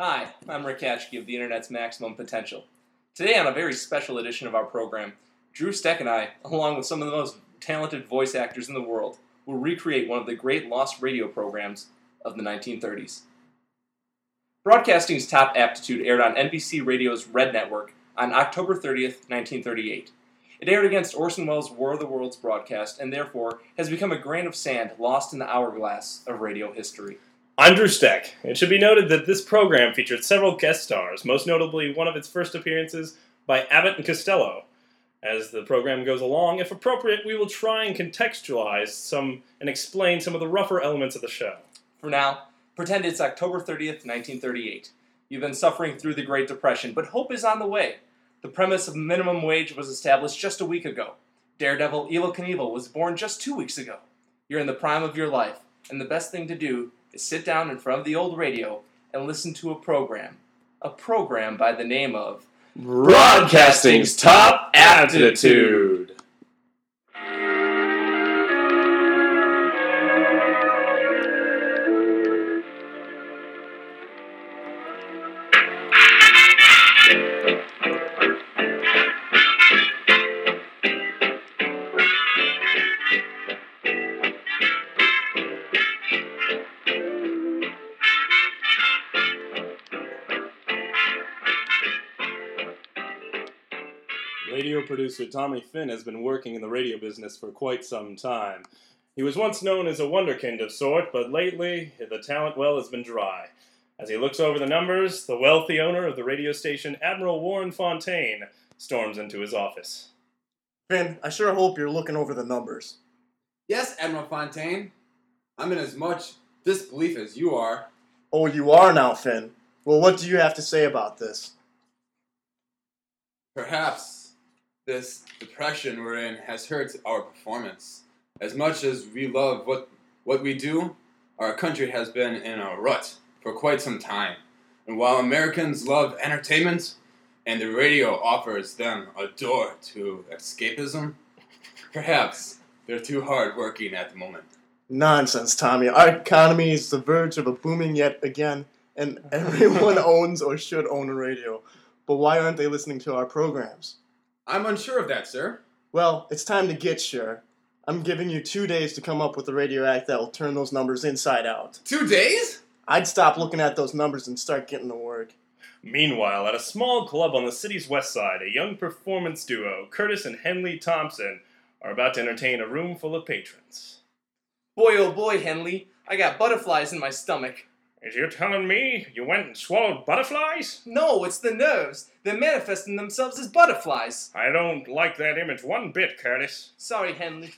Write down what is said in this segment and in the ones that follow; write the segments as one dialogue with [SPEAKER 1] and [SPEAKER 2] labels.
[SPEAKER 1] Hi, I'm Rick Ashke of the Internet's Maximum Potential. Today, on a very special edition of our program, Drew Steck and I, along with some of the most talented voice actors in the world, will recreate one of the great lost radio programs of the 1930s. Broadcasting's Top Aptitude aired on NBC Radio's Red Network on October 30th, 1938. It aired against Orson Welles' War of the Worlds broadcast and therefore has become a grain of sand lost in the hourglass of radio history.
[SPEAKER 2] I'm Drew Steck. It should be noted that this program featured several guest stars, most notably one of its first appearances by Abbott and Costello. As the program goes along, if appropriate, we will try and contextualize some and explain some of the rougher elements of the show.
[SPEAKER 1] For now, pretend it's October 30th, 1938. You've been suffering through the Great Depression, but hope is on the way. The premise of minimum wage was established just a week ago. Daredevil Evil Knievel was born just two weeks ago. You're in the prime of your life, and the best thing to do is sit down in front of the old radio and listen to a program. A program by the name of
[SPEAKER 3] Broadcasting's top aptitude.
[SPEAKER 2] Radio producer Tommy Finn has been working in the radio business for quite some time. He was once known as a wonderkind of sort, but lately the talent well has been dry. As he looks over the numbers, the wealthy owner of the radio station, Admiral Warren Fontaine, storms into his office.
[SPEAKER 4] Finn, I sure hope you're looking over the numbers.
[SPEAKER 5] Yes, Admiral Fontaine. I'm in as much disbelief as you are.
[SPEAKER 4] Oh, you are now, Finn. Well, what do you have to say about this?
[SPEAKER 5] Perhaps this depression we're in has hurt our performance. As much as we love what, what we do, our country has been in a rut for quite some time. And while Americans love entertainment, and the radio offers them a door to escapism, perhaps they're too hard working at the moment.
[SPEAKER 4] Nonsense, Tommy. Our economy is the verge of a booming yet again, and everyone owns or should own a radio. But why aren't they listening to our programs?
[SPEAKER 5] I'm unsure of that, sir.
[SPEAKER 4] Well, it's time to get sure. I'm giving you two days to come up with a radio act that will turn those numbers inside out.
[SPEAKER 5] Two days?
[SPEAKER 4] I'd stop looking at those numbers and start getting to work.
[SPEAKER 2] Meanwhile, at a small club on the city's west side, a young performance duo, Curtis and Henley Thompson, are about to entertain a room full of patrons.
[SPEAKER 1] Boy, oh boy, Henley, I got butterflies in my stomach.
[SPEAKER 2] Is you telling me you went and swallowed butterflies?
[SPEAKER 1] No, it's the nerves. They're manifesting themselves as butterflies.
[SPEAKER 2] I don't like that image one bit, Curtis.
[SPEAKER 1] Sorry, Henley.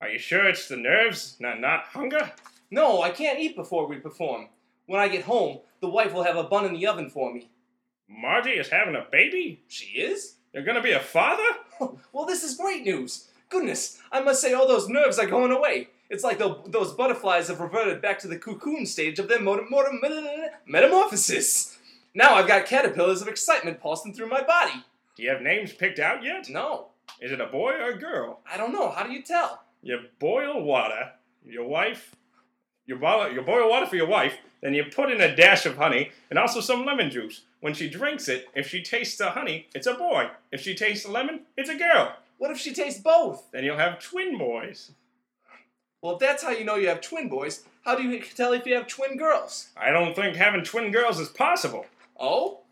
[SPEAKER 2] Are you sure it's the nerves, not not hunger?
[SPEAKER 1] No, I can't eat before we perform. When I get home, the wife will have a bun in the oven for me.
[SPEAKER 2] Margie is having a baby?
[SPEAKER 1] She is?
[SPEAKER 2] You're gonna be a father?
[SPEAKER 1] Well, this is great news. Goodness, I must say all those nerves are going away. It's like tho- those butterflies have reverted back to the cocoon stage of their motor- motor- meta- metamorphosis. Now I've got caterpillars of excitement pulsing through my body.
[SPEAKER 2] Do you have names picked out yet?
[SPEAKER 1] No,
[SPEAKER 2] Is it a boy or a girl?
[SPEAKER 1] I don't know. How do you tell?
[SPEAKER 2] You boil water, your wife, you boil, you boil water for your wife, then you put in a dash of honey and also some lemon juice. When she drinks it, if she tastes the honey, it's a boy. If she tastes the lemon, it's a girl.
[SPEAKER 1] What if she tastes both?
[SPEAKER 2] Then you'll have twin boys.
[SPEAKER 1] Well, if that's how you know you have twin boys, how do you tell if you have twin girls?
[SPEAKER 2] I don't think having twin girls is possible.
[SPEAKER 1] Oh?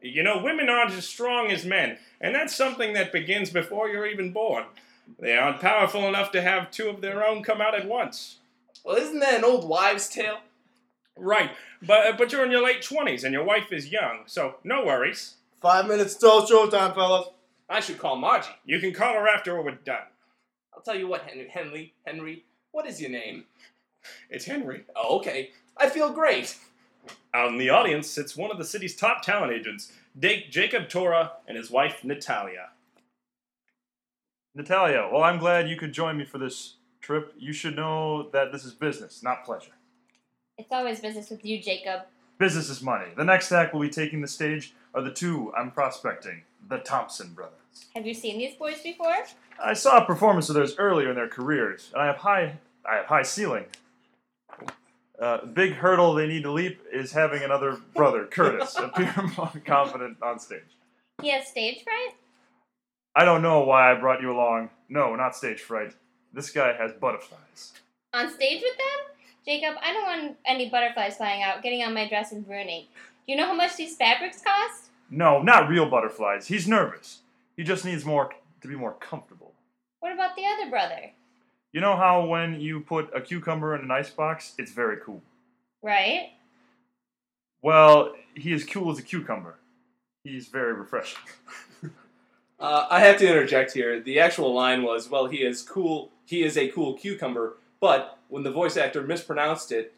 [SPEAKER 2] You know, women aren't as strong as men, and that's something that begins before you're even born. They aren't powerful enough to have two of their own come out at once.
[SPEAKER 1] Well, isn't that an old wives' tale?
[SPEAKER 2] Right, but but you're in your late twenties and your wife is young, so no worries.
[SPEAKER 4] Five minutes till showtime, fellas.
[SPEAKER 1] I should call Margie.
[SPEAKER 2] You can call her after we're done.
[SPEAKER 1] I'll tell you what, Henry, Henry, Henry, what is your name?
[SPEAKER 2] It's Henry.
[SPEAKER 1] Oh, okay. I feel great.
[SPEAKER 2] Out in the audience sits one of the city's top talent agents, Jake, Jacob Tora, and his wife Natalia.
[SPEAKER 6] Natalia, well, I'm glad you could join me for this trip. You should know that this is business, not pleasure.
[SPEAKER 7] It's always business with you, Jacob.
[SPEAKER 6] Business is money. The next act will be taking the stage are the two I'm prospecting, the Thompson brothers.
[SPEAKER 7] Have you seen these boys before?
[SPEAKER 6] I saw a performance of theirs earlier in their careers, and I have high I have high ceiling. Uh, big hurdle they need to leap is having another brother, Curtis, appear more confident on stage.
[SPEAKER 7] He has stage fright?
[SPEAKER 6] I don't know why I brought you along. No, not stage fright. This guy has butterflies.
[SPEAKER 7] On stage with them? Jacob, I don't want any butterflies flying out, getting on my dress and ruining. Do you know how much these fabrics cost?
[SPEAKER 6] No, not real butterflies. He's nervous. He just needs more to be more comfortable.
[SPEAKER 7] What about the other brother?
[SPEAKER 6] You know how when you put a cucumber in an icebox, it's very cool.
[SPEAKER 7] Right?
[SPEAKER 6] Well, he is cool as a cucumber. He's very refreshing.
[SPEAKER 1] Uh, I have to interject here. The actual line was, "Well, he is cool. He is a cool cucumber." But when the voice actor mispronounced it,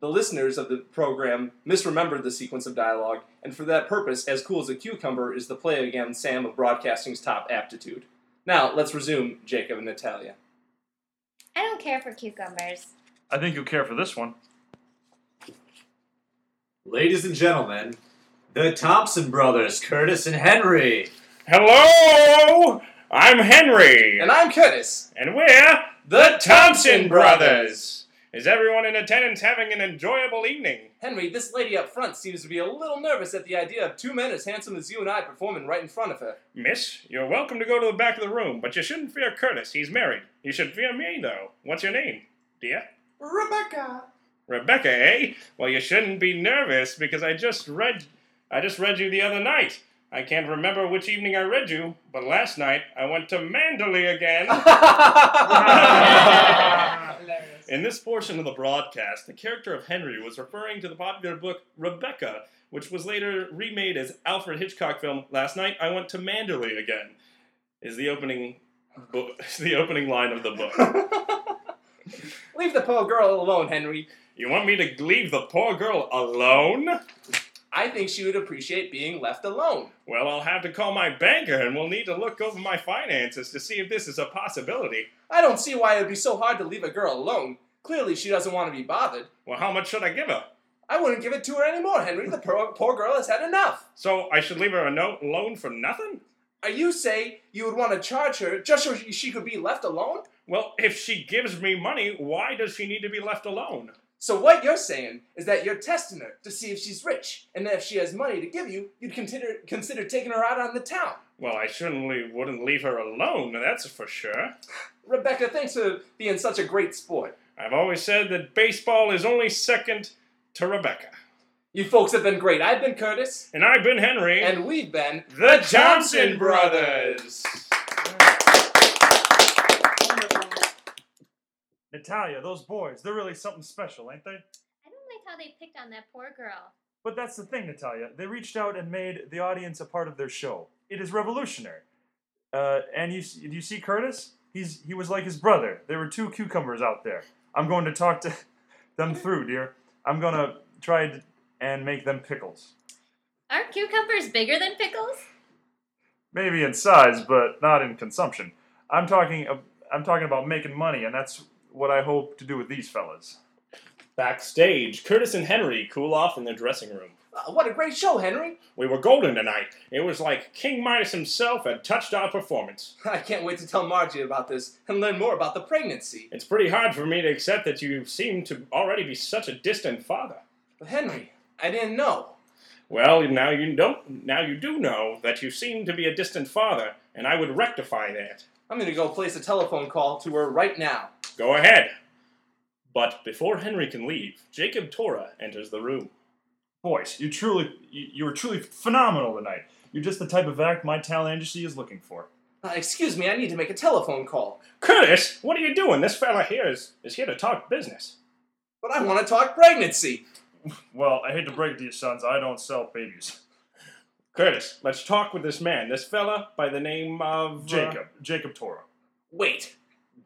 [SPEAKER 1] the listeners of the program misremembered the sequence of dialogue, and for that purpose, "As cool as a cucumber" is the play again, Sam of broadcasting's top aptitude. Now let's resume Jacob and Natalia.
[SPEAKER 7] I don't care for cucumbers.
[SPEAKER 6] I think you'll care for this one.
[SPEAKER 8] Ladies and gentlemen, the Thompson brothers, Curtis and Henry.
[SPEAKER 2] Hello! I'm Henry.
[SPEAKER 1] And I'm Curtis.
[SPEAKER 2] And we're
[SPEAKER 1] The
[SPEAKER 2] Thompson Brothers. Is everyone in attendance having an enjoyable evening?
[SPEAKER 1] Henry, this lady up front seems to be a little nervous at the idea of two men as handsome as you and I performing right in front of her.
[SPEAKER 2] Miss, you're welcome to go to the back of the room, but you shouldn't fear Curtis. He's married. You should fear me, though. What's your name, dear?
[SPEAKER 1] Rebecca.
[SPEAKER 2] Rebecca, eh? Well, you shouldn't be nervous because I just read I just read you the other night. I can't remember which evening I read you, but last night I went to Mandalay again. In this portion of the broadcast, the character of Henry was referring to the popular book Rebecca, which was later remade as Alfred Hitchcock film Last Night I Went to Mandalay Again. Is the opening bo- is the opening line of the book.
[SPEAKER 1] Leave the poor girl alone, Henry.
[SPEAKER 2] You want me to leave the poor girl alone?
[SPEAKER 1] I think she would appreciate being left alone.
[SPEAKER 2] Well, I'll have to call my banker and we'll need to look over my finances to see if this is a possibility.
[SPEAKER 1] I don't see why it would be so hard to leave a girl alone. Clearly, she doesn't want to be bothered.
[SPEAKER 2] Well, how much should I give her?
[SPEAKER 1] I wouldn't give it to her anymore, Henry. The poor, poor girl has had enough.
[SPEAKER 2] So I should leave her a note loan for nothing?
[SPEAKER 1] Are you say you would want to charge her just so she could be left alone?
[SPEAKER 2] Well, if she gives me money, why does she need to be left alone?
[SPEAKER 1] So what you're saying is that you're testing her to see if she's rich, and that if she has money to give you, you'd consider consider taking her out on the town.
[SPEAKER 2] Well, I certainly wouldn't leave her alone, that's for sure.
[SPEAKER 1] Rebecca, thanks for being such a great sport.
[SPEAKER 2] I've always said that baseball is only second to Rebecca.
[SPEAKER 1] You folks have been great. I've been Curtis,
[SPEAKER 2] And I've been Henry.
[SPEAKER 1] and we've been
[SPEAKER 2] the Johnson Brothers!
[SPEAKER 6] Natalia, those boys, they're really something special, ain't they?
[SPEAKER 7] I don't like how they picked on that poor girl.
[SPEAKER 6] But that's the thing, Natalia. They reached out and made the audience a part of their show. It is revolutionary. Uh, and you, s- you see Curtis? He's he was like his brother. There were two cucumbers out there. I'm going to talk to them through, dear. I'm gonna try to- and make them pickles.
[SPEAKER 7] Aren't cucumbers bigger than pickles?
[SPEAKER 6] Maybe in size, but not in consumption. I'm talking. ab- I'm talking about making money, and that's what I hope to do with these fellas.
[SPEAKER 2] Backstage, Curtis and Henry cool off in their dressing room.
[SPEAKER 1] Uh, what a great show, Henry!
[SPEAKER 2] We were golden tonight. It was like King Midas himself had touched our performance.
[SPEAKER 1] I can't wait to tell Margie about this and learn more about the pregnancy.
[SPEAKER 2] It's pretty hard for me to accept that you seem to already be such a distant father.
[SPEAKER 1] But Henry, I didn't know.
[SPEAKER 2] Well, now you don't. Now you do know that you seem to be a distant father, and I would rectify that.
[SPEAKER 1] I'm gonna go place a telephone call to her right now.
[SPEAKER 2] Go ahead. But before Henry can leave, Jacob Torah enters the room.
[SPEAKER 6] Boys, you truly, you, you were truly phenomenal tonight. You're just the type of act my talent agency is looking for.
[SPEAKER 1] Uh, excuse me, I need to make a telephone call.
[SPEAKER 2] Curtis, what are you doing? This fella here is, is here to talk business.
[SPEAKER 1] But I want to talk pregnancy.
[SPEAKER 6] Well, I hate to break it to you, sons. I don't sell babies.
[SPEAKER 2] Curtis, let's talk with this man. This fella by the name of uh,
[SPEAKER 6] Jacob, Jacob Toro.
[SPEAKER 1] Wait,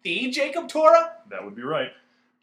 [SPEAKER 1] the Jacob Torah?
[SPEAKER 6] That would be right.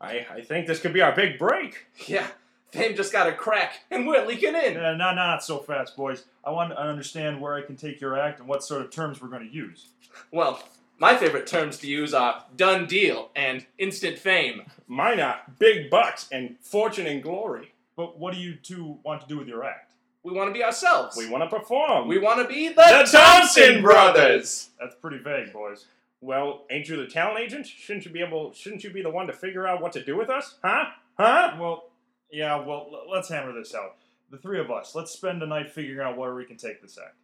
[SPEAKER 2] I, I think this could be our big break.
[SPEAKER 1] Yeah, fame just got a crack, and we're leaking in.
[SPEAKER 6] Uh, no, no, not so fast, boys. I want to understand where I can take your act and what sort of terms we're going to use.
[SPEAKER 1] Well, my favorite terms to use are done deal and instant fame.
[SPEAKER 2] Mine are big bucks and fortune and glory.
[SPEAKER 6] But what do you two want to do with your act?
[SPEAKER 1] We want to be ourselves.
[SPEAKER 2] We want to perform.
[SPEAKER 1] We want to be the,
[SPEAKER 2] The Thompson Brothers!
[SPEAKER 6] That's pretty vague, boys.
[SPEAKER 2] Well, ain't you the talent agent? Shouldn't you be able? Shouldn't you be the one to figure out what to do with us? Huh? Huh?
[SPEAKER 6] Well, yeah, well, l- let's hammer this out. The three of us, let's spend a night figuring out where we can take this act.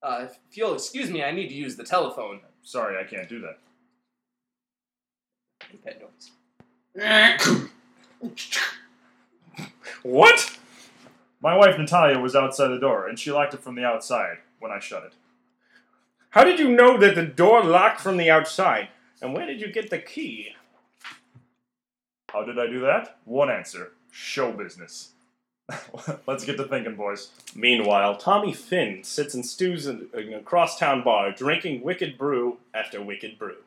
[SPEAKER 1] Uh, if you'll excuse me, I need to use the telephone.
[SPEAKER 6] Sorry, I can't do that.
[SPEAKER 1] Make that noise.
[SPEAKER 6] What? My wife Natalia was outside the door, and she locked it from the outside when I shut it.
[SPEAKER 2] How did you know that the door locked from the outside? And where did you get the key?
[SPEAKER 6] How did I do that? One answer show business. Let's get to thinking, boys.
[SPEAKER 2] Meanwhile, Tommy Finn sits and stews in in a crosstown bar, drinking wicked brew after wicked brew.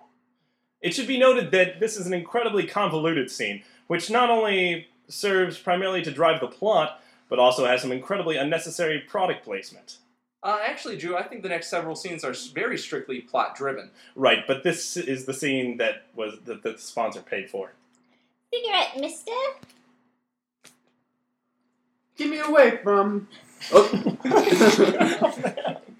[SPEAKER 2] It should be noted that this is an incredibly convoluted scene, which not only serves primarily to drive the plot, but also has some incredibly unnecessary product placement.
[SPEAKER 1] Uh, actually, Drew, I think the next several scenes are s- very strictly plot driven.
[SPEAKER 2] Right, but this is the scene that was that the sponsor paid for.
[SPEAKER 7] Cigarette, mister?
[SPEAKER 5] Get me away from. Oh.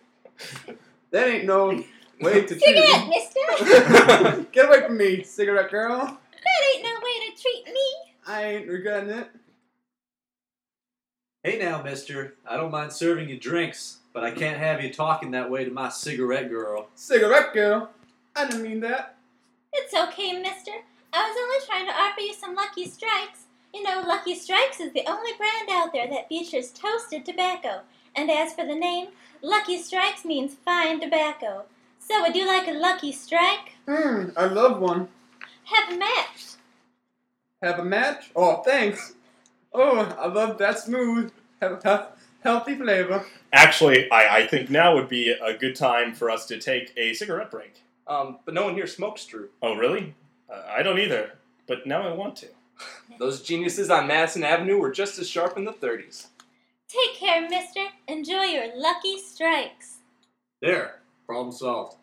[SPEAKER 5] that ain't no way to
[SPEAKER 7] Cigarette,
[SPEAKER 5] treat
[SPEAKER 7] mister?
[SPEAKER 5] me. Get away from me, cigarette girl.
[SPEAKER 7] That ain't no way to treat me.
[SPEAKER 5] I ain't regretting it.
[SPEAKER 8] Hey now, mister. I don't mind serving you drinks, but I can't have you talking that way to my cigarette girl.
[SPEAKER 5] Cigarette girl. I didn't mean that.
[SPEAKER 7] It's okay, mister. I was only trying to offer you some Lucky Strikes. You know, Lucky Strikes is the only brand out there that features toasted tobacco. And as for the name, Lucky Strikes means fine tobacco. So would you like a Lucky Strike?
[SPEAKER 5] Hmm, I love one.
[SPEAKER 7] Have a match.
[SPEAKER 5] Have a match? Oh, thanks. Oh, I love that smooth, he- he- healthy flavor.
[SPEAKER 2] Actually, I, I think now would be a good time for us to take a cigarette break.
[SPEAKER 1] Um, but no one here smokes, Drew.
[SPEAKER 2] Oh, really? Uh, I don't either, but now I want to.
[SPEAKER 1] Those geniuses on Madison Avenue were just as sharp in the 30s.
[SPEAKER 7] Take care, mister. Enjoy your Lucky Strikes.
[SPEAKER 8] There, problem solved.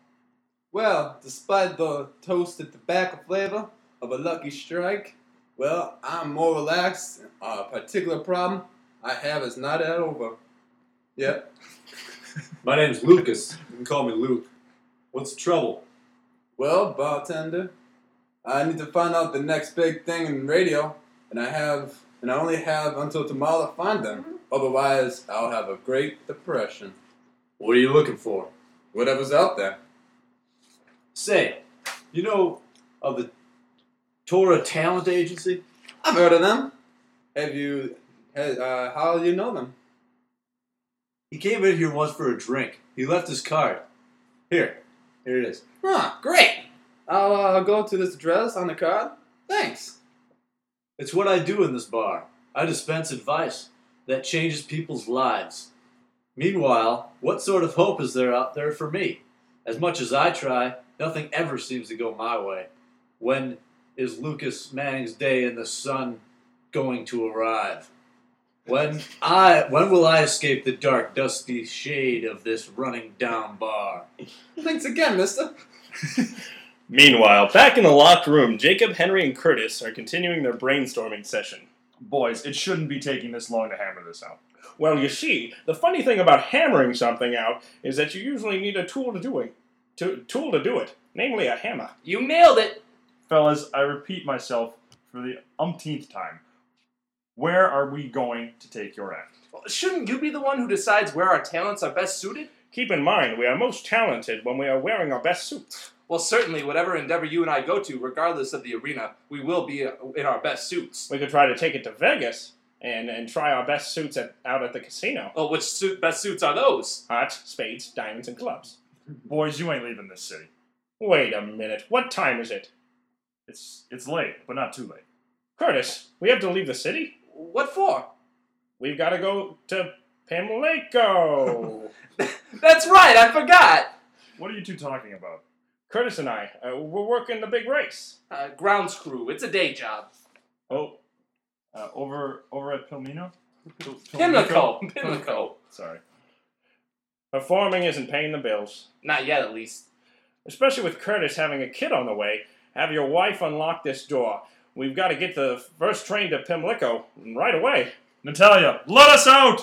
[SPEAKER 5] Well, despite the toasted tobacco flavor of a lucky strike, well, I'm more relaxed. A particular problem I have is not at over. Yep.
[SPEAKER 8] My name's Lucas. You can call me Luke. What's the trouble?
[SPEAKER 5] Well, bartender, I need to find out the next big thing in radio, and I have, and I only have until tomorrow to find them. Otherwise, I'll have a great depression.
[SPEAKER 8] What are you looking for?
[SPEAKER 5] Whatever's out there.
[SPEAKER 8] Say, you know of the Torah Talent Agency?
[SPEAKER 5] I've heard of them. Have you? Has, uh, how do you know them?
[SPEAKER 8] He came in here once for a drink. He left his card. Here, here it is.
[SPEAKER 5] Huh? Great. I'll uh, go to this address on the card. Thanks.
[SPEAKER 8] It's what I do in this bar. I dispense advice that changes people's lives. Meanwhile, what sort of hope is there out there for me? As much as I try, nothing ever seems to go my way. When is Lucas Manning's day in the sun going to arrive? When I when will I escape the dark, dusty shade of this running down bar?
[SPEAKER 5] Thanks again, Mister.
[SPEAKER 2] Meanwhile, back in the locked room, Jacob, Henry, and Curtis are continuing their brainstorming session.
[SPEAKER 6] Boys, it shouldn't be taking this long to hammer this out.
[SPEAKER 2] Well, you see, the funny thing about hammering something out is that you usually need a tool to do it. To, tool to do it, namely a hammer.
[SPEAKER 1] You nailed it!
[SPEAKER 6] Fellas, I repeat myself for the umpteenth time. Where are we going to take your act?
[SPEAKER 1] Well, Shouldn't you be the one who decides where our talents are best suited?
[SPEAKER 2] Keep in mind, we are most talented when we are wearing our best suits.
[SPEAKER 1] Well, certainly, whatever endeavor you and I go to, regardless of the arena, we will be uh, in our best suits.
[SPEAKER 2] We could try to take it to Vegas and, and try our best suits at, out at the casino.
[SPEAKER 1] Well, Oh, which suit, best suits are those?
[SPEAKER 2] Hearts, spades, diamonds, and clubs.
[SPEAKER 6] Boys, you ain't leaving this city.
[SPEAKER 2] Wait a minute, what time is it?
[SPEAKER 6] It's it's late, but not too late.
[SPEAKER 2] Curtis, we have to leave the city?
[SPEAKER 1] What for?
[SPEAKER 2] We've got to go to Pamlico.
[SPEAKER 1] That's right, I forgot!
[SPEAKER 6] What are you two talking about?
[SPEAKER 2] Curtis and I, uh, we're working the big race.
[SPEAKER 1] Uh, grounds crew, it's a day job.
[SPEAKER 6] Oh, uh, over over at Pilmino. Pil-
[SPEAKER 1] Pimlico, Pimlico.
[SPEAKER 6] Sorry.
[SPEAKER 2] Performing isn't paying the bills.
[SPEAKER 1] Not yet, at least.
[SPEAKER 2] Especially with Curtis having a kid on the way. Have your wife unlock this door. We've got to get the first train to Pimlico right away.
[SPEAKER 6] Natalia, let us out.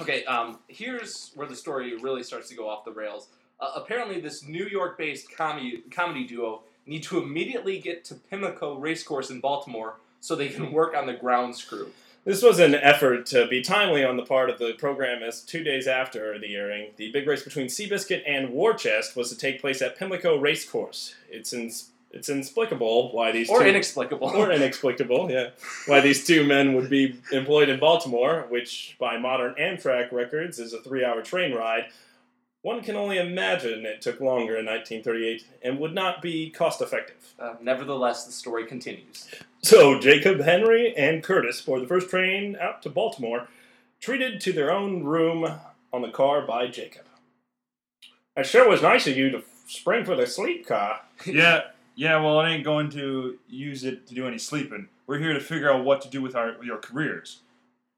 [SPEAKER 1] Okay, um, here's where the story really starts to go off the rails. Uh, apparently, this New York-based comedy comedy duo need to immediately get to Pimlico Racecourse in Baltimore so they can work on the grounds crew.
[SPEAKER 2] This was an effort to be timely on the part of the program as two days after the airing, the big race between Seabiscuit and War Chest was to take place at Pimlico Racecourse. It's ins it's inexplicable why these
[SPEAKER 1] or
[SPEAKER 2] two
[SPEAKER 1] inexplicable.
[SPEAKER 2] or inexplicable, yeah, why these two men would be employed in Baltimore, which by modern Amtrak records is a three-hour train ride. One can only imagine it took longer in 1938 and would not be cost-effective.
[SPEAKER 1] Uh, nevertheless, the story continues.
[SPEAKER 2] So Jacob Henry and Curtis for the first train out to Baltimore, treated to their own room on the car by Jacob. It sure was nice of you to spring for the sleep car.
[SPEAKER 6] Yeah, yeah. Well, it ain't going to use it to do any sleeping. We're here to figure out what to do with our your careers.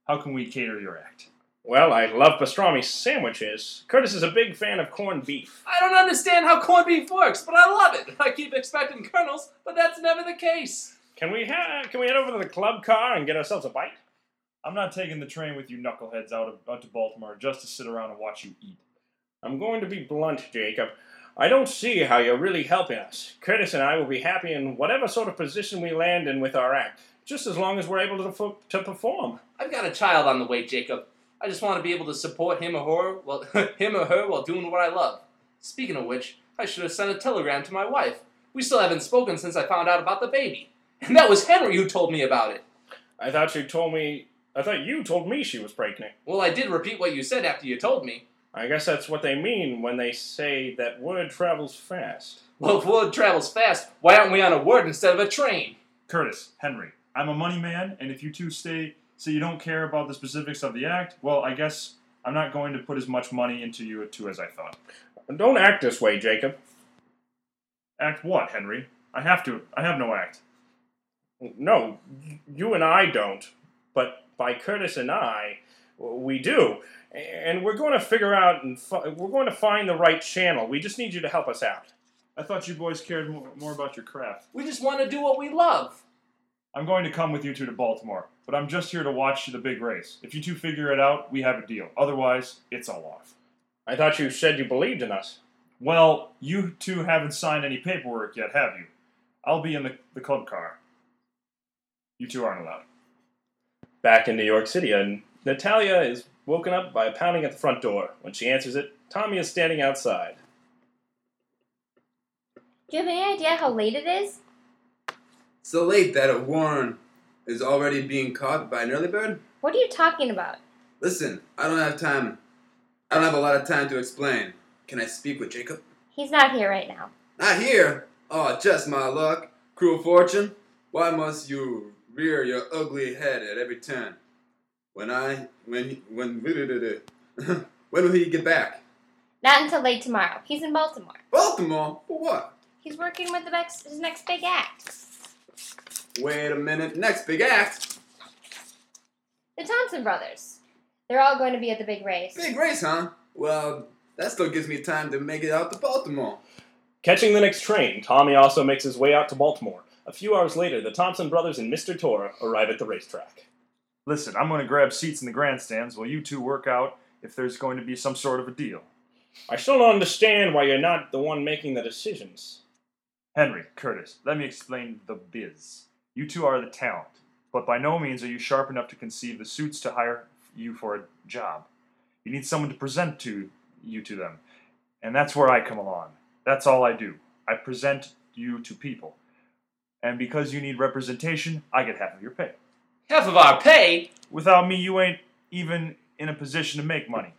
[SPEAKER 6] How can we cater your act?
[SPEAKER 2] Well, I love pastrami sandwiches. Curtis is a big fan of corned beef.
[SPEAKER 1] I don't understand how corned beef works, but I love it. I keep expecting kernels, but that's never the case.
[SPEAKER 2] Can we ha- can we head over to the club car and get ourselves a bite?
[SPEAKER 6] I'm not taking the train with you knuckleheads out of out to Baltimore just to sit around and watch you eat.
[SPEAKER 2] I'm going to be blunt, Jacob. I don't see how you're really helping us. Curtis and I will be happy in whatever sort of position we land in with our act, just as long as we're able to, fo- to perform.
[SPEAKER 1] I've got a child on the way, Jacob. I just want to be able to support him or her, well, him or her while doing what I love. Speaking of which, I should have sent a telegram to my wife. We still haven't spoken since I found out about the baby. And that was Henry who told me about it.
[SPEAKER 2] I thought you told me. I thought you told me she was pregnant.
[SPEAKER 1] Well, I did repeat what you said after you told me.
[SPEAKER 2] I guess that's what they mean when they say that word travels fast.
[SPEAKER 1] Well, if word travels fast, why aren't we on a word instead of a train?
[SPEAKER 6] Curtis, Henry, I'm a money man, and if you two stay, say you don't care about the specifics of the act, well, I guess I'm not going to put as much money into you two as I thought.
[SPEAKER 2] Don't act this way, Jacob.
[SPEAKER 6] Act what, Henry? I have to. I have no act.
[SPEAKER 2] No, you and I don't. But by Curtis and I, we do. And we're going to figure out and fi- we're going to find the right channel. We just need you to help us out.
[SPEAKER 6] I thought you boys cared more, more about your craft.
[SPEAKER 1] We just want to do what we love.
[SPEAKER 6] I'm going to come with you two to Baltimore, but I'm just here to watch the big race. If you two figure it out, we have a deal. Otherwise, it's all off.
[SPEAKER 2] I thought you said you believed in us.
[SPEAKER 6] Well, you two haven't signed any paperwork yet, have you? I'll be in the, the club car. You two aren't allowed.
[SPEAKER 2] Back in New York City, and Natalia is woken up by a pounding at the front door. When she answers it, Tommy is standing outside.
[SPEAKER 7] Do you have any idea how late it is?
[SPEAKER 5] So late that a Warren is already being caught by an early bird?
[SPEAKER 7] What are you talking about?
[SPEAKER 5] Listen, I don't have time. I don't have a lot of time to explain. Can I speak with Jacob?
[SPEAKER 7] He's not here right now.
[SPEAKER 5] Not here. Oh, just my luck. Cruel fortune. Why must you rear your ugly head at every turn? When I, when, he- when, when will he get back?
[SPEAKER 7] Not until late tomorrow. He's in Baltimore.
[SPEAKER 5] Baltimore? For what?
[SPEAKER 7] He's working with the next, his next big act.
[SPEAKER 5] Wait a minute. Next big act.
[SPEAKER 7] The Thompson brothers. They're all going to be at the big race.
[SPEAKER 5] Big race, huh? Well, that still gives me time to make it out to Baltimore.
[SPEAKER 2] Catching the next train, Tommy also makes his way out to Baltimore. A few hours later, the Thompson brothers and Mr. Tora arrive at the racetrack.
[SPEAKER 6] Listen, I'm going to grab seats in the grandstands while you two work out if there's going to be some sort of a deal.
[SPEAKER 2] I still don't understand why you're not the one making the decisions.
[SPEAKER 6] Henry, Curtis, let me explain the biz. You two are the talent, but by no means are you sharp enough to conceive the suits to hire you for a job. You need someone to present to you to them, and that's where I come along. That's all I do. I present you to people. And because you need representation, I get half of your pay.
[SPEAKER 1] Half of our pay?
[SPEAKER 6] Without me, you ain't even in a position to make money.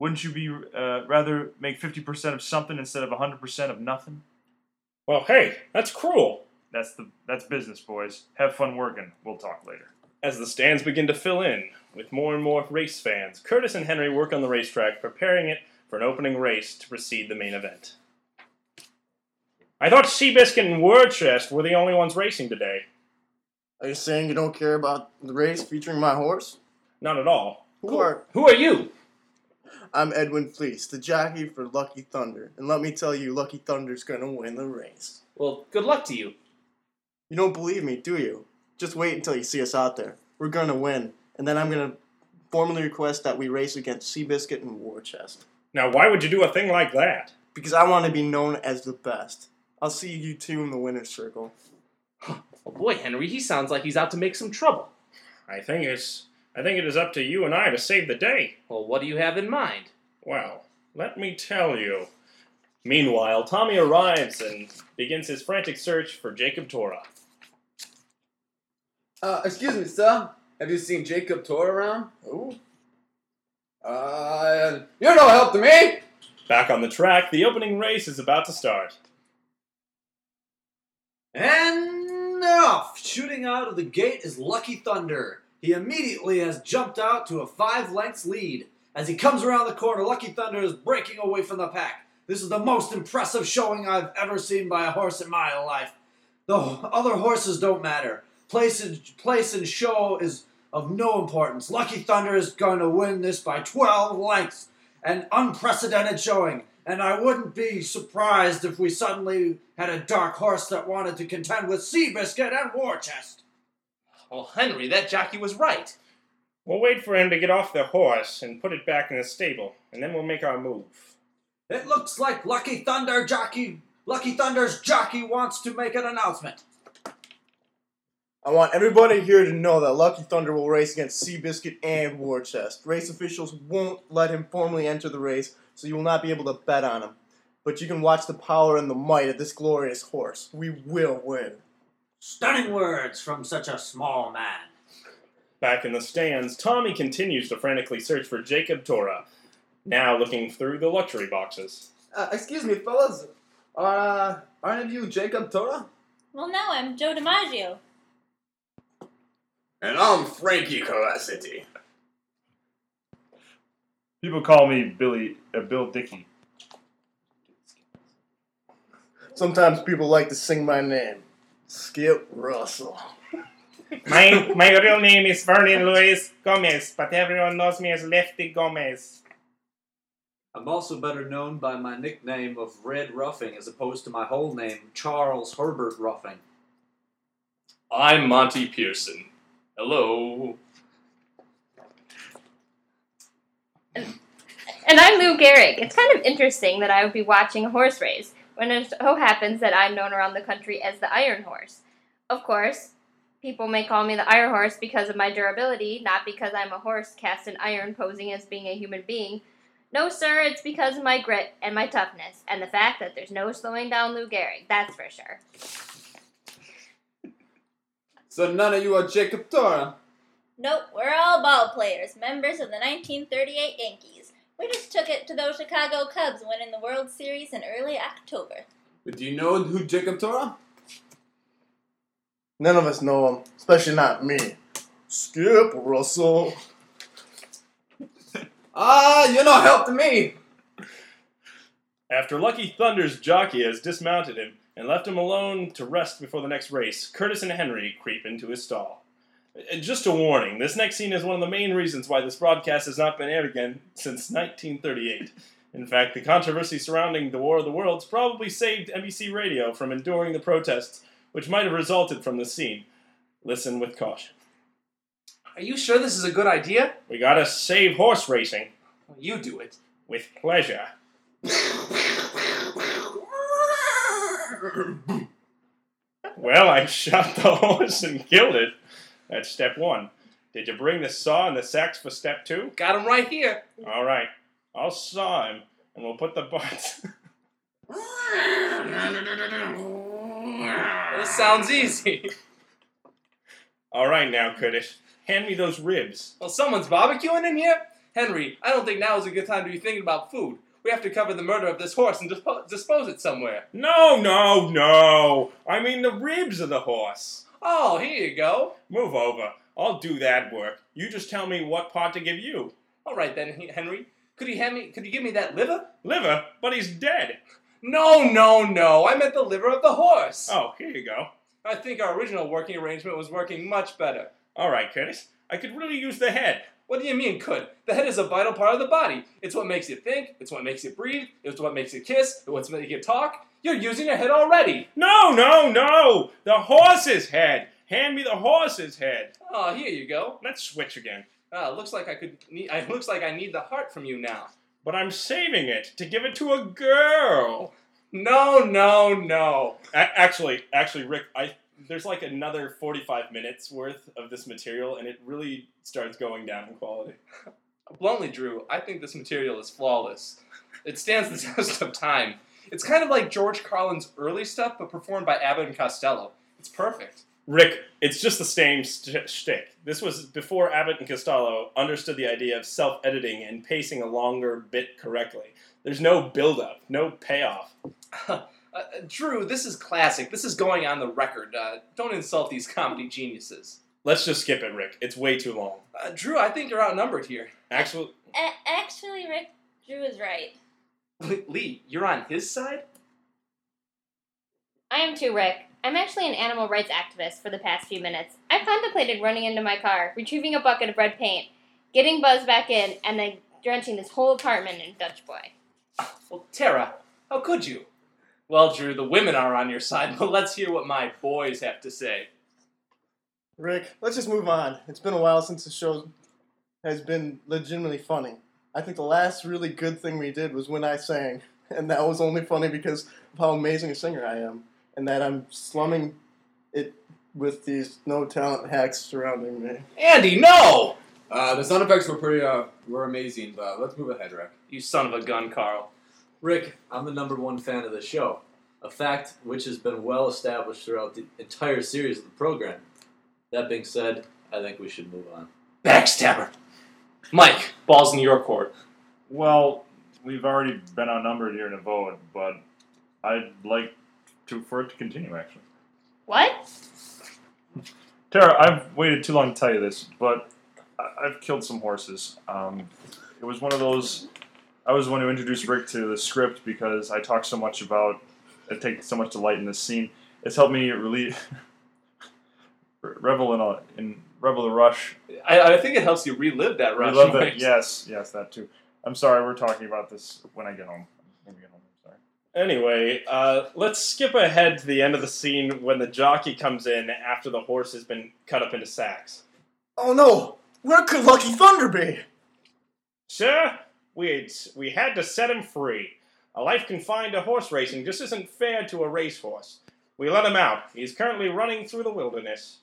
[SPEAKER 6] Wouldn't you be uh, rather make 50% of something instead of 100% of nothing?
[SPEAKER 2] Well, hey, that's cruel.
[SPEAKER 6] That's the that's business, boys. Have fun working. We'll talk later.
[SPEAKER 2] As the stands begin to fill in with more and more race fans, Curtis and Henry work on the racetrack, preparing it for an opening race to precede the main event. I thought Seabiscuit and Wordchest were the only ones racing today.
[SPEAKER 4] Are you saying you don't care about the race featuring my horse?
[SPEAKER 2] Not at all.
[SPEAKER 4] Who are?
[SPEAKER 1] Who are you?
[SPEAKER 4] I'm Edwin Fleece, the jockey for Lucky Thunder, and let me tell you, Lucky Thunder's gonna win the race.
[SPEAKER 1] Well, good luck to you.
[SPEAKER 4] You don't believe me, do you? Just wait until you see us out there. We're gonna win, and then I'm gonna formally request that we race against Seabiscuit and Warchest
[SPEAKER 2] Now, why would you do a thing like that?
[SPEAKER 4] because I want to be known as the best. I'll see you two in the winner's circle.
[SPEAKER 1] Oh boy, Henry, he sounds like he's out to make some trouble.
[SPEAKER 2] I think it's I think it is up to you and I to save the day.
[SPEAKER 1] Well, what do you have in mind?
[SPEAKER 2] Well, let me tell you. Meanwhile, Tommy arrives and begins his frantic search for Jacob Torah.
[SPEAKER 5] Uh, excuse me, sir. Have you seen Jacob Tor around?
[SPEAKER 4] Ooh.
[SPEAKER 5] Uh, you're no help to me.
[SPEAKER 2] Back on the track, the opening race is about to start.
[SPEAKER 8] And off! Shooting out of the gate is Lucky Thunder. He immediately has jumped out to a five lengths lead. As he comes around the corner, Lucky Thunder is breaking away from the pack. This is the most impressive showing I've ever seen by a horse in my life. The h- other horses don't matter. Place and, place and show is of no importance. Lucky Thunder is going to win this by 12 lengths. An unprecedented showing. And I wouldn't be surprised if we suddenly had a dark horse that wanted to contend with Seabiscuit and Warchest.
[SPEAKER 1] Well, Henry, that jockey was right.
[SPEAKER 2] We'll wait for him to get off the horse and put it back in the stable, and then we'll make our move.
[SPEAKER 8] It looks like Lucky Thunder jockey, Lucky Thunder's jockey wants to make an announcement.
[SPEAKER 4] I want everybody here to know that Lucky Thunder will race against Seabiscuit and War Chest. Race officials won't let him formally enter the race, so you will not be able to bet on him. But you can watch the power and the might of this glorious horse. We will win.
[SPEAKER 8] Stunning words from such a small man.
[SPEAKER 2] Back in the stands, Tommy continues to frantically search for Jacob Torah, now looking through the luxury boxes.
[SPEAKER 5] Uh, excuse me, fellas. Are uh, aren't you Jacob Torah?
[SPEAKER 7] Well, no, I'm Joe DiMaggio.
[SPEAKER 5] And I'm Frankie Caracity.
[SPEAKER 6] People call me Billy, uh, Bill Dickey.
[SPEAKER 4] Sometimes people like to sing my name Skip Russell.
[SPEAKER 2] My, my real name is Vernon Luis Gomez, but everyone knows me as Lefty Gomez.
[SPEAKER 8] I'm also better known by my nickname of Red Ruffing as opposed to my whole name, Charles Herbert Ruffing.
[SPEAKER 3] I'm Monty Pearson. Hello.
[SPEAKER 9] And I'm Lou Gehrig. It's kind of interesting that I would be watching a horse race when it so happens that I'm known around the country as the Iron Horse. Of course, people may call me the Iron Horse because of my durability, not because I'm a horse cast in iron posing as being a human being. No, sir, it's because of my grit and my toughness and the fact that there's no slowing down Lou Gehrig, that's for sure.
[SPEAKER 5] So none of you are Jacob Torah.
[SPEAKER 7] Nope, we're all ball players, members of the 1938 Yankees. We just took it to those Chicago Cubs winning the World Series in early October.
[SPEAKER 5] But do you know who Jacob Torah?
[SPEAKER 4] None of us know him, especially not me. Skip Russell.
[SPEAKER 5] Ah, you're no help to me.
[SPEAKER 2] After Lucky Thunder's jockey has dismounted him and left him alone to rest before the next race, Curtis and Henry creep into his stall. Uh, Just a warning this next scene is one of the main reasons why this broadcast has not been aired again since 1938. In fact, the controversy surrounding the War of the Worlds probably saved NBC Radio from enduring the protests which might have resulted from this scene. Listen with caution.
[SPEAKER 1] Are you sure this is a good idea?
[SPEAKER 2] We gotta save horse racing
[SPEAKER 1] Well, you do it.
[SPEAKER 2] with pleasure. Well, I shot the horse and killed it. That's step one. Did you bring the saw and the sacks for step two?
[SPEAKER 1] Got him right here.
[SPEAKER 2] All right. I'll saw him, and we'll put the parts.
[SPEAKER 1] This sounds easy.
[SPEAKER 2] All right, now, Kurdish, hand me those ribs.
[SPEAKER 1] Well, someone's barbecuing in here? Henry, I don't think now is a good time to be thinking about food. We have to cover the murder of this horse and dispo- dispose it somewhere.
[SPEAKER 2] No, no, no. I mean the ribs of the horse.
[SPEAKER 1] Oh, here you go.
[SPEAKER 2] Move over. I'll do that work. You just tell me what part to give you.
[SPEAKER 1] All right then, Hen- Henry. Could you hand me? Could you give me that liver?
[SPEAKER 2] Liver, but he's dead.
[SPEAKER 1] No, no, no. I meant the liver of the horse.
[SPEAKER 2] Oh, here you go.
[SPEAKER 1] I think our original working arrangement was working much better.
[SPEAKER 2] All right, Curtis. I could really use the head.
[SPEAKER 1] What do you mean could? The head is a vital part of the body. It's what makes it think, it's what makes it breathe, it's what makes it kiss, it's what makes it talk. You're using your head already.
[SPEAKER 2] No, no, no! The horse's head! Hand me the horse's head!
[SPEAKER 1] Oh, here you go.
[SPEAKER 2] Let's switch again.
[SPEAKER 1] Ah, looks like I could need I looks like I need the heart from you now.
[SPEAKER 2] But I'm saving it to give it to a girl!
[SPEAKER 1] No, no, no.
[SPEAKER 2] A- actually, actually, Rick, I there's like another 45 minutes worth of this material, and it really starts going down in quality.
[SPEAKER 1] Bluntly, Drew, I think this material is flawless. It stands the test of time. It's kind of like George Carlin's early stuff, but performed by Abbott and Costello. It's perfect.
[SPEAKER 2] Rick, it's just the same st- shtick. This was before Abbott and Costello understood the idea of self editing and pacing a longer bit correctly. There's no build-up, no payoff.
[SPEAKER 1] Uh, uh, Drew, this is classic. This is going on the record. Uh, don't insult these comedy geniuses.
[SPEAKER 2] Let's just skip it, Rick. It's way too long.
[SPEAKER 1] Uh, Drew, I think you're outnumbered here.
[SPEAKER 2] Actually,
[SPEAKER 7] A- actually, Rick Drew is right.
[SPEAKER 1] Lee, you're on his side?
[SPEAKER 9] I am too, Rick. I'm actually an animal rights activist for the past few minutes. I contemplated running into my car, retrieving a bucket of red paint, getting Buzz back in, and then drenching this whole apartment in Dutch Boy.
[SPEAKER 1] Well, Tara, how could you? Well, Drew, the women are on your side, but let's hear what my boys have to say.
[SPEAKER 4] Rick, let's just move on. It's been a while since the show has been legitimately funny. I think the last really good thing we did was when I sang, and that was only funny because of how amazing a singer I am, and that I'm slumming it with these no talent hacks surrounding me.
[SPEAKER 1] Andy, no!
[SPEAKER 5] Uh, the sound effects were pretty uh, were amazing, but let's move ahead, Rick.
[SPEAKER 1] You son of a gun, Carl.
[SPEAKER 8] Rick, I'm the number one fan of the show, a fact which has been well established throughout the entire series of the program. That being said, I think we should move on.
[SPEAKER 1] Backstabber. Mike, ball's in your court.
[SPEAKER 6] Well, we've already been outnumbered here in a vote, but I'd like to for it to continue. Actually,
[SPEAKER 9] What?
[SPEAKER 6] Tara, I've waited too long to tell you this, but I- I've killed some horses. Um, it was one of those. I was the one who introduced Rick to the script because I talk so much about. I take so much delight in this scene. It's helped me really revel in a in revel the rush
[SPEAKER 1] I, I think it helps you relive that rush.
[SPEAKER 6] I love that.
[SPEAKER 1] Mike.
[SPEAKER 6] Yes, yes, that too. I'm sorry, we're talking about this when I get home. When we get home, I'm sorry.
[SPEAKER 2] Anyway, uh, let's skip ahead to the end of the scene when the jockey comes in after the horse has been cut up into sacks.
[SPEAKER 4] Oh no! Where could Lucky Thunder be?
[SPEAKER 2] Sir, we had, we had to set him free. A life confined to horse racing just isn't fair to a racehorse. We let him out. He's currently running through the wilderness.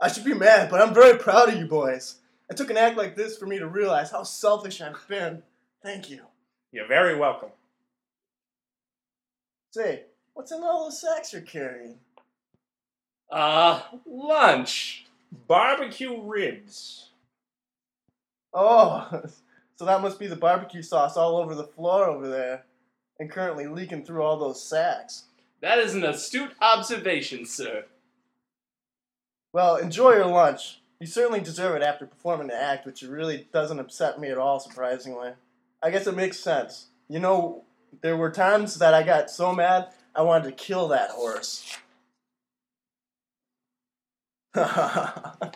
[SPEAKER 4] I should be mad, but I'm very proud of you boys. It took an act like this for me to realize how selfish I've been. Thank you.
[SPEAKER 2] You're very welcome.
[SPEAKER 4] Say, what's in all those sacks you're carrying?
[SPEAKER 1] Uh, lunch.
[SPEAKER 2] Barbecue ribs.
[SPEAKER 4] Oh, so that must be the barbecue sauce all over the floor over there and currently leaking through all those sacks.
[SPEAKER 1] That is an astute observation, sir.
[SPEAKER 4] Well, enjoy your lunch. You certainly deserve it after performing the act, which really doesn't upset me at all, surprisingly. I guess it makes sense. You know, there were times that I got so mad I wanted to kill that horse. I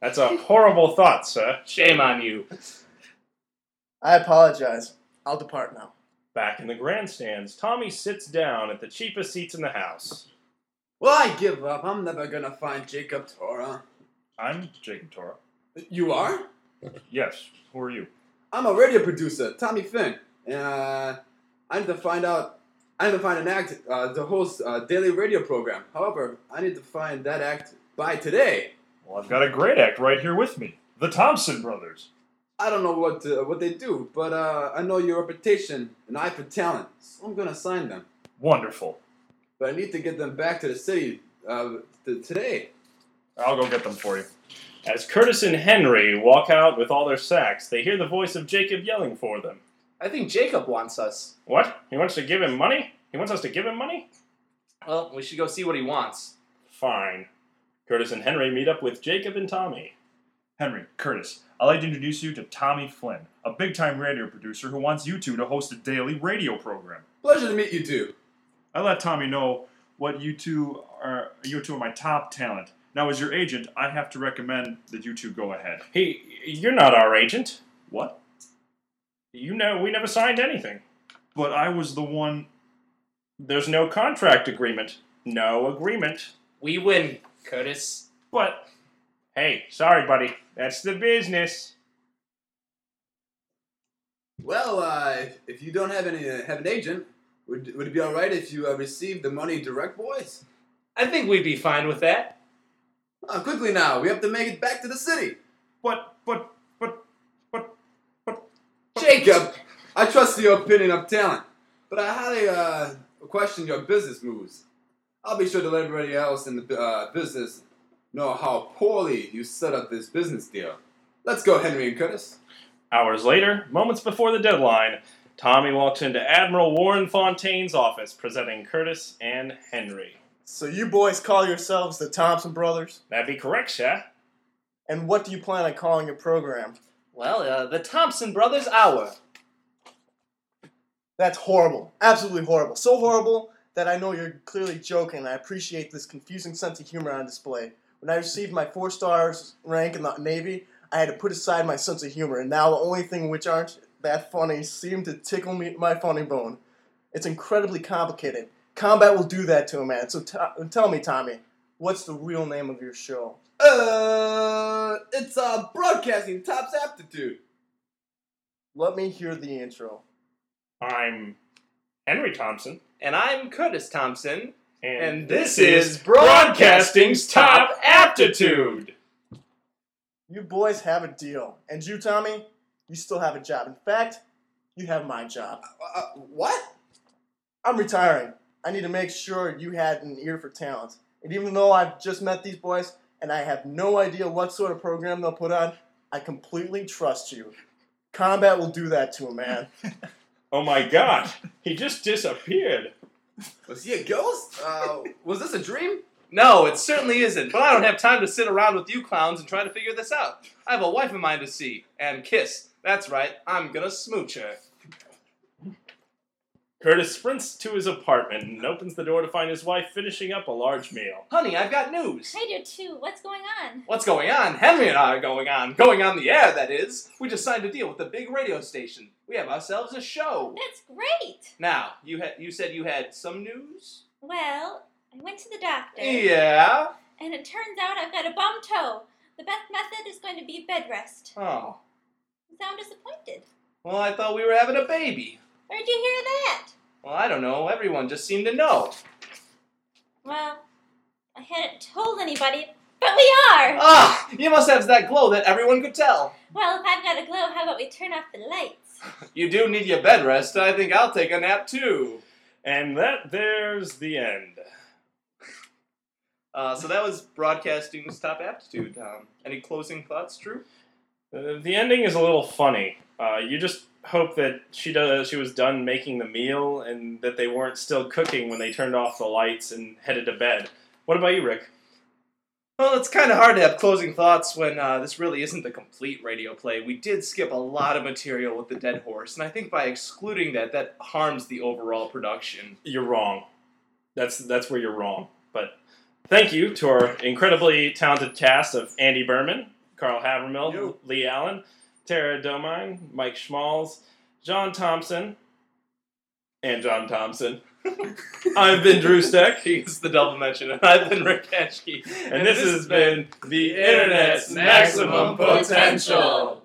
[SPEAKER 2] That's a horrible thought, sir.
[SPEAKER 1] Shame on you.
[SPEAKER 4] apologize. I'll depart now.
[SPEAKER 2] Back in the grandstands, Tommy sits down at the cheapest seats in the house.
[SPEAKER 5] Well, I give up. I'm never gonna find Jacob Torah.
[SPEAKER 6] I'm Jacob Toro.
[SPEAKER 5] You are?
[SPEAKER 6] Yes. Who are you?
[SPEAKER 5] I'm a radio producer, Tommy Finn. And, uh, I need to find out. I need to find an act uh, to host a daily radio program. However, I need to find that act by today.
[SPEAKER 6] Well, I've got a great act right here with me. The Thompson brothers.
[SPEAKER 5] I don't know what uh what they do, but uh, I know your reputation and eye for talent, so I'm gonna sign them.
[SPEAKER 6] Wonderful.
[SPEAKER 5] But I need to get them back to the city uh, t- today.
[SPEAKER 6] I'll go get them for you.
[SPEAKER 2] As Curtis and Henry walk out with all their sacks, they hear the voice of Jacob yelling for them.
[SPEAKER 1] I think Jacob wants us.
[SPEAKER 2] What? He wants to give him money? He wants us to give him money?
[SPEAKER 1] Well, we should go see what he wants.
[SPEAKER 2] Fine. Curtis and Henry meet up with Jacob and Tommy.
[SPEAKER 6] Henry, Curtis, I'd like to introduce you to Tommy Flynn, a big time radio producer who wants you two to host a daily radio program.
[SPEAKER 5] Pleasure to meet you two.
[SPEAKER 6] I let Tommy know what you two are you two are my top talent. Now as your agent, I have to recommend that you two go ahead.
[SPEAKER 2] He, you're not our agent.
[SPEAKER 6] What?
[SPEAKER 2] You know, we never signed anything.
[SPEAKER 6] But I was the one
[SPEAKER 2] There's no contract agreement. No agreement.
[SPEAKER 1] We win, Curtis.
[SPEAKER 2] But, hey, sorry, buddy. That's the business.
[SPEAKER 5] Well, uh, if- if you don't have any uh, have an agent, would, would it be all right if you uh, received the money direct, boys?
[SPEAKER 1] I think we'd be fine with that.
[SPEAKER 5] Uh, quickly now, we have to make it back to the city.
[SPEAKER 6] But but but
[SPEAKER 5] Jacob, I trust your opinion of talent, but I highly uh, question your business moves. I'll be sure to let everybody else in the uh, business know how poorly you set up this business deal. Let's go, Henry and Curtis.
[SPEAKER 2] Hours later, moments before the deadline, Tommy walks into Admiral Warren Fontaine's office, presenting Curtis and Henry.
[SPEAKER 4] So you boys call yourselves the Thompson Brothers?
[SPEAKER 2] That'd be correct, sir.
[SPEAKER 4] And what do you plan on calling your program?
[SPEAKER 1] Well, uh, the Thompson Brothers Hour.
[SPEAKER 4] That's horrible. Absolutely horrible. So horrible that I know you're clearly joking, and I appreciate this confusing sense of humor on display. When I received my four stars rank in the Navy, I had to put aside my sense of humor, and now the only thing which aren't that funny seem to tickle me my funny bone. It's incredibly complicated. Combat will do that to a man. So t- tell me, Tommy, what's the real name of your show?
[SPEAKER 5] Uh, it's uh, broadcasting tops aptitude.
[SPEAKER 4] Let me hear the intro.
[SPEAKER 2] I'm Henry Thompson,
[SPEAKER 1] And I'm Curtis Thompson.
[SPEAKER 2] and,
[SPEAKER 1] And this is
[SPEAKER 2] Broadcasting's
[SPEAKER 1] Broadcasting's
[SPEAKER 2] Top
[SPEAKER 1] Top
[SPEAKER 2] Aptitude.
[SPEAKER 4] You boys have a deal, and you, Tommy, you still have a job. In fact, you have my job.
[SPEAKER 5] Uh, what?
[SPEAKER 4] I'm retiring. I need to make sure you had an ear for talent. And even though I've just met these boys and I have no idea what sort of program they'll put on, I completely trust you. Combat will do that to a man.
[SPEAKER 2] Oh my god, he just disappeared.
[SPEAKER 5] Was he a ghost? Uh, was this a dream?
[SPEAKER 1] No, it certainly isn't. But I don't have time to sit around with you clowns and try to figure this out. I have a wife of mine to see and kiss. That's right, I'm gonna smooch her.
[SPEAKER 2] Curtis sprints to his apartment and opens the door to find his wife finishing up a large meal.
[SPEAKER 1] Honey, I've got news.
[SPEAKER 7] I do too. What's going on?
[SPEAKER 1] What's going on? Henry and I are going on. Going on the air, that is. We just signed a deal with the big radio station. We have ourselves a show.
[SPEAKER 7] That's great.
[SPEAKER 1] Now, you had you said you had some news?
[SPEAKER 7] Well, I went to the doctor,
[SPEAKER 1] Yeah.
[SPEAKER 7] and it turns out I've got a bum toe. The best method is going to be bed rest.
[SPEAKER 1] Oh.
[SPEAKER 7] You sound disappointed.
[SPEAKER 1] Well, I thought we were having a baby.
[SPEAKER 7] Where'd you hear that?
[SPEAKER 1] Well, I don't know. Everyone just seemed to know.
[SPEAKER 7] Well, I hadn't told anybody, but we are.
[SPEAKER 1] Ah, you must have that glow that everyone could tell.
[SPEAKER 7] Well, if I've got a glow, how about we turn off the lights?
[SPEAKER 1] You do need your bed rest. I think I'll take a nap too.
[SPEAKER 2] And that there's the end.
[SPEAKER 1] Uh, so that was broadcasting's top aptitude. Um, any closing thoughts, Drew?
[SPEAKER 2] Uh, the ending is a little funny. Uh, you just hope that she does, she was done making the meal and that they weren't still cooking when they turned off the lights and headed to bed. What about you, Rick?
[SPEAKER 1] Well, it's kind of hard to have closing thoughts when uh, this really isn't the complete radio play. We did skip a lot of material with the dead horse, and I think by excluding that, that harms the overall production.
[SPEAKER 2] You're wrong. That's that's where you're wrong. But thank you to our incredibly talented cast of Andy Berman, Carl Havermill,
[SPEAKER 5] You.
[SPEAKER 2] Lee Allen, Tara Domine, Mike Schmalz, John Thompson, and John Thompson. I've been Drew Steck.
[SPEAKER 1] He's the double mention, and I've been Rick Ashke.
[SPEAKER 2] And this has been the Internet's Maximum
[SPEAKER 3] Potential.